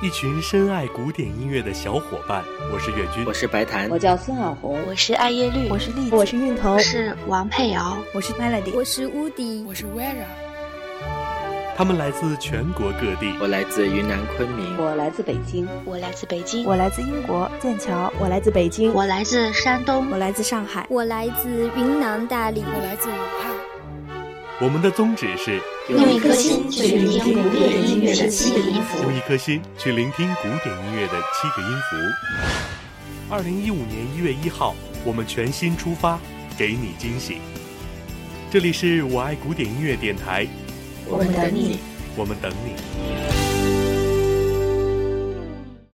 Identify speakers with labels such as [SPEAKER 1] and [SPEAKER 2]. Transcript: [SPEAKER 1] 一群深爱古典音乐的小伙伴。我是岳军，
[SPEAKER 2] 我是白檀，
[SPEAKER 3] 我叫孙晓红，
[SPEAKER 4] 我是艾叶绿，
[SPEAKER 5] 我是栗子，
[SPEAKER 6] 我是韵头，我
[SPEAKER 4] 是王佩瑶，
[SPEAKER 7] 我是 Melody，
[SPEAKER 8] 我是乌迪，
[SPEAKER 9] 我是 Vera。
[SPEAKER 1] 他们来自全国各地，
[SPEAKER 2] 我来自云南昆明，
[SPEAKER 3] 我来自北京，
[SPEAKER 4] 我来自北京，
[SPEAKER 5] 我来自英国剑桥，
[SPEAKER 6] 我来自北京，
[SPEAKER 4] 我来自山东，
[SPEAKER 5] 我来自上海，
[SPEAKER 8] 我来自云南大理，
[SPEAKER 9] 我来自武汉。
[SPEAKER 1] 我们的宗旨是
[SPEAKER 10] 用一颗心去聆听古典音乐的七个音符，
[SPEAKER 1] 用一颗心去聆听古典音乐的七个音符。二零一五年一月一号，我们全新出发，给你惊喜。这里是我爱古典音乐电台，
[SPEAKER 10] 我们等你，
[SPEAKER 1] 我们等你。